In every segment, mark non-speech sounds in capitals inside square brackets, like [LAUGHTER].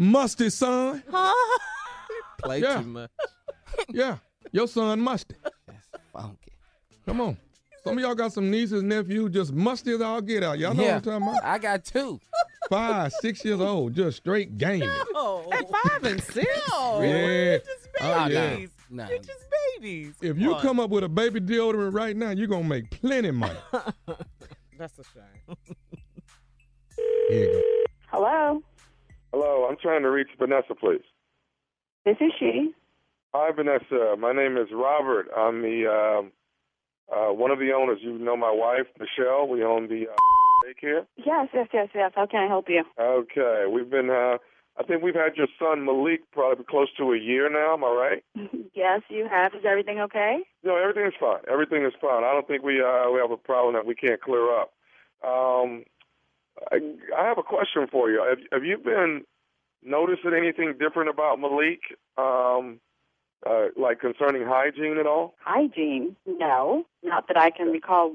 musty, [LAUGHS] son. Huh? Play Yeah. too much. Yeah, your son musty. That's funky. Come on. Some of y'all got some nieces, nephews, just musty as all get out. Y'all know what I'm talking about? I got two. Five, six years old, just straight gaming. Oh. At five and six? No. Yeah. You're just Oh, yeah. babies. Nah. You're just babies. If you on. come up with a baby deodorant right now, you're going to make plenty of [LAUGHS] money. That's a shame. Here you go. Hello, Hello, I'm trying to reach Vanessa, please. this is she. Hi, Vanessa. My name is Robert. I'm the um, uh, one of the owners. You know my wife, Michelle. We own the uh, daycare. Yes, yes, yes, yes. How can I help you? Okay, we've been. Uh, I think we've had your son Malik probably close to a year now. Am I right? [LAUGHS] yes, you have. Is everything okay? No, everything is fine. Everything is fine. I don't think we uh, we have a problem that we can't clear up. Um, I, I have a question for you. Have, have you been noticing anything different about Malik, um, uh, like concerning hygiene at all? Hygiene? No, not that I can recall.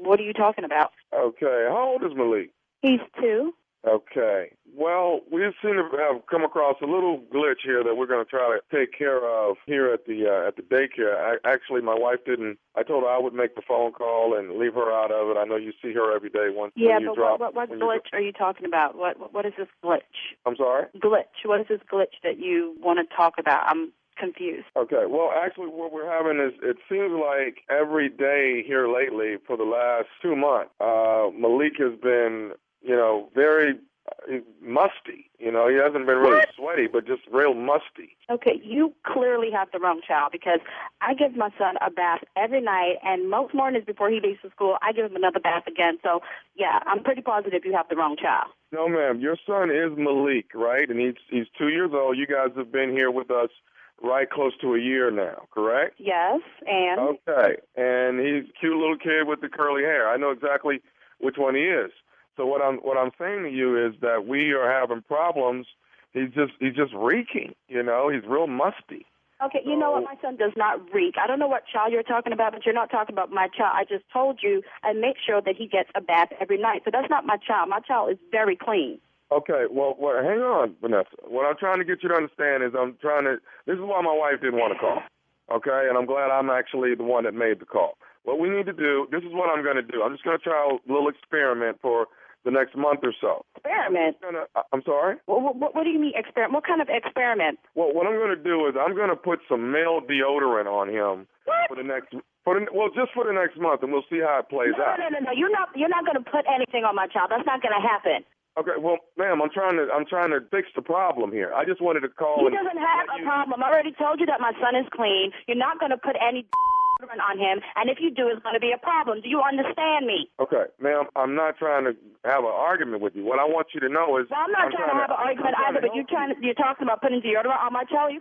What are you talking about? Okay. How old is Malik? He's two. Okay. Well, we seem to have come across a little glitch here that we're going to try to take care of here at the uh, at the daycare. I, actually, my wife didn't. I told her I would make the phone call and leave her out of it. I know you see her every day. Once Yeah, when you but drop, what, what, what when you dro- glitch are you talking about? What, what what is this glitch? I'm sorry. Glitch. What is this glitch that you want to talk about? I'm confused. Okay. Well, actually, what we're having is it seems like every day here lately for the last two months, uh, Malik has been, you know, very uh, musty. You know, he hasn't been really sweaty, but just real musty. Okay, you clearly have the wrong child because I give my son a bath every night, and most mornings before he leaves for school, I give him another bath again. So, yeah, I'm pretty positive you have the wrong child. No, ma'am. Your son is Malik, right? And he's he's two years old. You guys have been here with us right close to a year now, correct? Yes, and Okay. And he's a cute little kid with the curly hair. I know exactly which one he is. So what I'm what I'm saying to you is that we are having problems. He's just he's just reeking, you know. He's real musty. Okay, you know what? My son does not reek. I don't know what child you're talking about, but you're not talking about my child. I just told you I make sure that he gets a bath every night. So that's not my child. My child is very clean. Okay, well, well, hang on, Vanessa. What I'm trying to get you to understand is I'm trying to. This is why my wife didn't want to call. Okay, and I'm glad I'm actually the one that made the call. What we need to do. This is what I'm going to do. I'm just going to try a little experiment for the next month or so. Experiment. I'm, gonna, I- I'm sorry. What, what, what do you mean experiment? What kind of experiment? Well, what I'm going to do is I'm going to put some male deodorant on him What? for the next. For the, well, just for the next month, and we'll see how it plays No, out. no, no, no. You're not. You're not going to put anything on my child. That's not going to happen. Okay, well, ma'am, I'm trying to I'm trying to fix the problem here. I just wanted to He call. Oh, and doesn't have let a you- problem. I already told you that my son is clean. You're not going to put any on him, and if you do, it's going to be a problem. Do you understand me? Okay, ma'am, I'm not trying to have an argument with you. What I want you to know is Well, I'm not trying to have an argument either, I'm trying to but you're help trying to, you're talking about putting deodorant on my child. You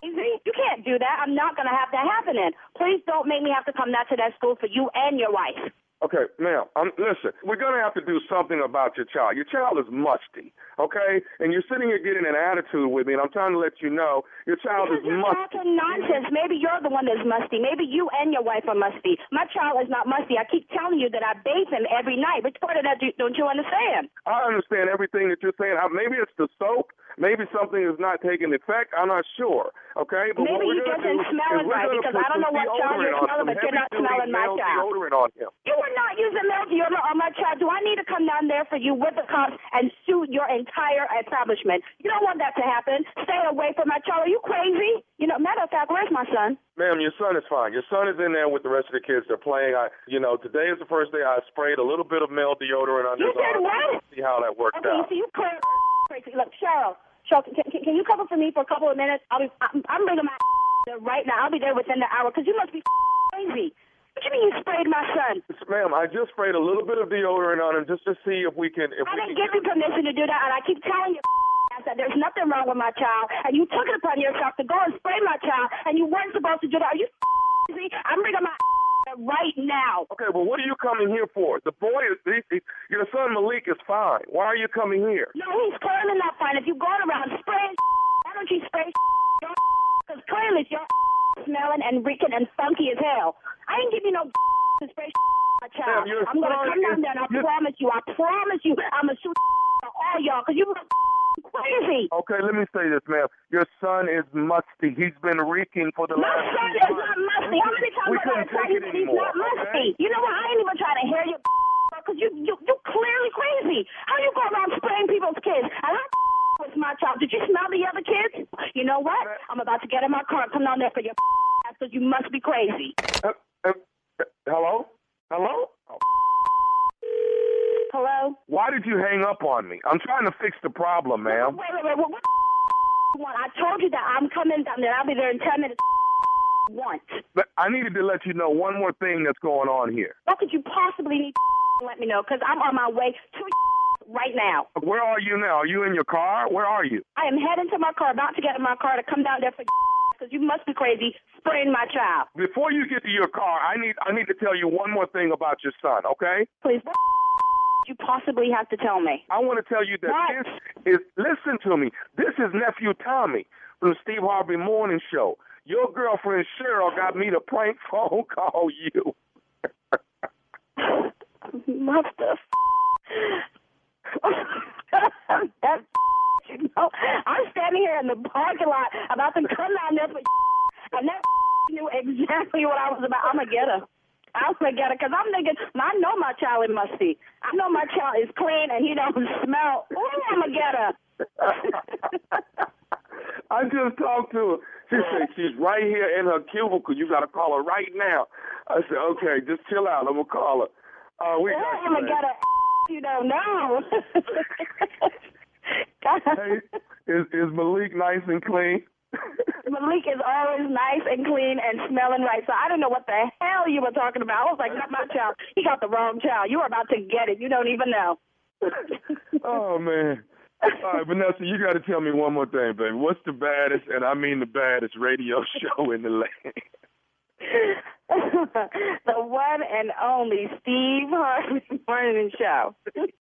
crazy? You can't do that. I'm not going to have that happening. Please don't make me have to come back to that school for you and your wife. you. Okay, ma'am, I'm, listen, we're going to have to do something about your child. Your child is musty, okay? And you're sitting here getting an attitude with me, and I'm trying to let you know your child Because is you're musty. talking nonsense. Maybe you're the one that's musty. Maybe you and your wife are musty. My child is not musty. I keep telling you that I bathe him every night. Which part of that do, don't you understand? I understand everything that you're saying. I, maybe it's the soap. Maybe something is not taking effect. I'm not sure. Okay, but what Maybe we're he gonna doesn't do smell it is we're right, gonna because put I don't know some what child you're deodorant on, smelling, some but you're not heavy-duty smelling my male child. Deodorant on him. You were not using male deodorant on my child. Do I need to come down there for you with the cops and sue your entire establishment? You don't want that to happen. Stay away from my child. Are you crazy? You know, matter of fact, where's my son? Ma'am, your son is fine. Your son is in there with the rest of the kids. They're playing. I, you know, today is the first day I sprayed a little bit of male deodorant on You his did arm. what? See how that worked Okay, you out. see, you clear [LAUGHS] crazy. Look, Cheryl, Cheryl, can, can, can you cover for me for a couple of minutes? I'll be, I'm, I'm bringing my [LAUGHS] there right now. I'll be there within the hour because you must be [LAUGHS] crazy. What you mean you sprayed my son? Ma'am, I just sprayed a little bit of deodorant on him just to see if we can. If I we didn't can give you permission to do that, and I keep telling you ass that there's nothing wrong with my child, and you took it upon yourself to go and spray my child, and you weren't supposed to do that. Are you crazy? I'm bringing my right now. Okay, well, what are you coming here for? The boy is. He, he, your son Malik is fine. Why are you coming here? No, he's clearly not fine. If you going around spraying, why don't you spray because clearly it's your smelling and reeking and funky as hell. I didn't give you no to spray my child. Ma'am, your I'm gonna son come down is- there, and I your- promise you, I promise you, I'm gonna shoot all y'all because you crazy. Okay, let me say this, ma'am. Your son is musty. He's been reeking for the My last. son few is months. not musty. How many times We have I couldn't tell take you it that he's not anymore, musty? You know what? I ain't even trying to hear you because you you you clearly crazy. How you go around spraying people's kids? And I [LAUGHS] was my child. Did you smell the other kids? You know what? I'm about to get in my car and come down there for your [LAUGHS] ass because you must be crazy. Uh, uh, uh, hello? Hello? Oh, Hello? Why did you hang up on me? I'm trying to fix the problem, ma'am. Wait, wait, wait. What, [LAUGHS] what the you want? I told you that I'm coming down there. I'll be there in 10 minutes. [LAUGHS] Want. But I needed to let you know one more thing that's going on here. What could you possibly need [LAUGHS] to let me know? Because I'm on my way to [LAUGHS] right now. Where are you now? Are you in your car? Where are you? I am heading to my car, about to get in my car to come down there for [LAUGHS] because you must be crazy spraying my child. Before you get to your car, I need I need to tell you one more thing about your son, okay? Please, [LAUGHS] what you possibly have to tell me? [LAUGHS] I want to tell you that What? this is listen to me. This is nephew Tommy from the Steve Harvey Morning Show. Your girlfriend Cheryl got me to prank [LAUGHS] phone call you. [LAUGHS] What the f- [LAUGHS] that [LAUGHS] you know, I'm standing here in the parking lot about to come down there for [LAUGHS] and that knew exactly what I was about. I'm gonna get her. I'm gonna get her because I'm thinking I know my child is musty. I know my child is clean and he don't [LAUGHS] smell. Ooh, I'm gonna get her. I just talked to her. She said she's right here in her cubicle. You got to call her right now. I said, okay, just chill out. I'm gonna call her. Uh, we Ooh, got I'm you, gonna get man. her. [LAUGHS] You don't [LAUGHS] know. Hey, is is Malik nice and clean? [LAUGHS] Malik is always nice and clean and smelling right. So I don't know what the hell you were talking about. I was like, not my child. He got the wrong child. You were about to get it. You don't even know. [LAUGHS] oh man. All right, Vanessa, you got to tell me one more thing, baby. What's the baddest, and I mean the baddest, radio [LAUGHS] show in the land? the one and only Steve Harvey [LAUGHS] Morning Show.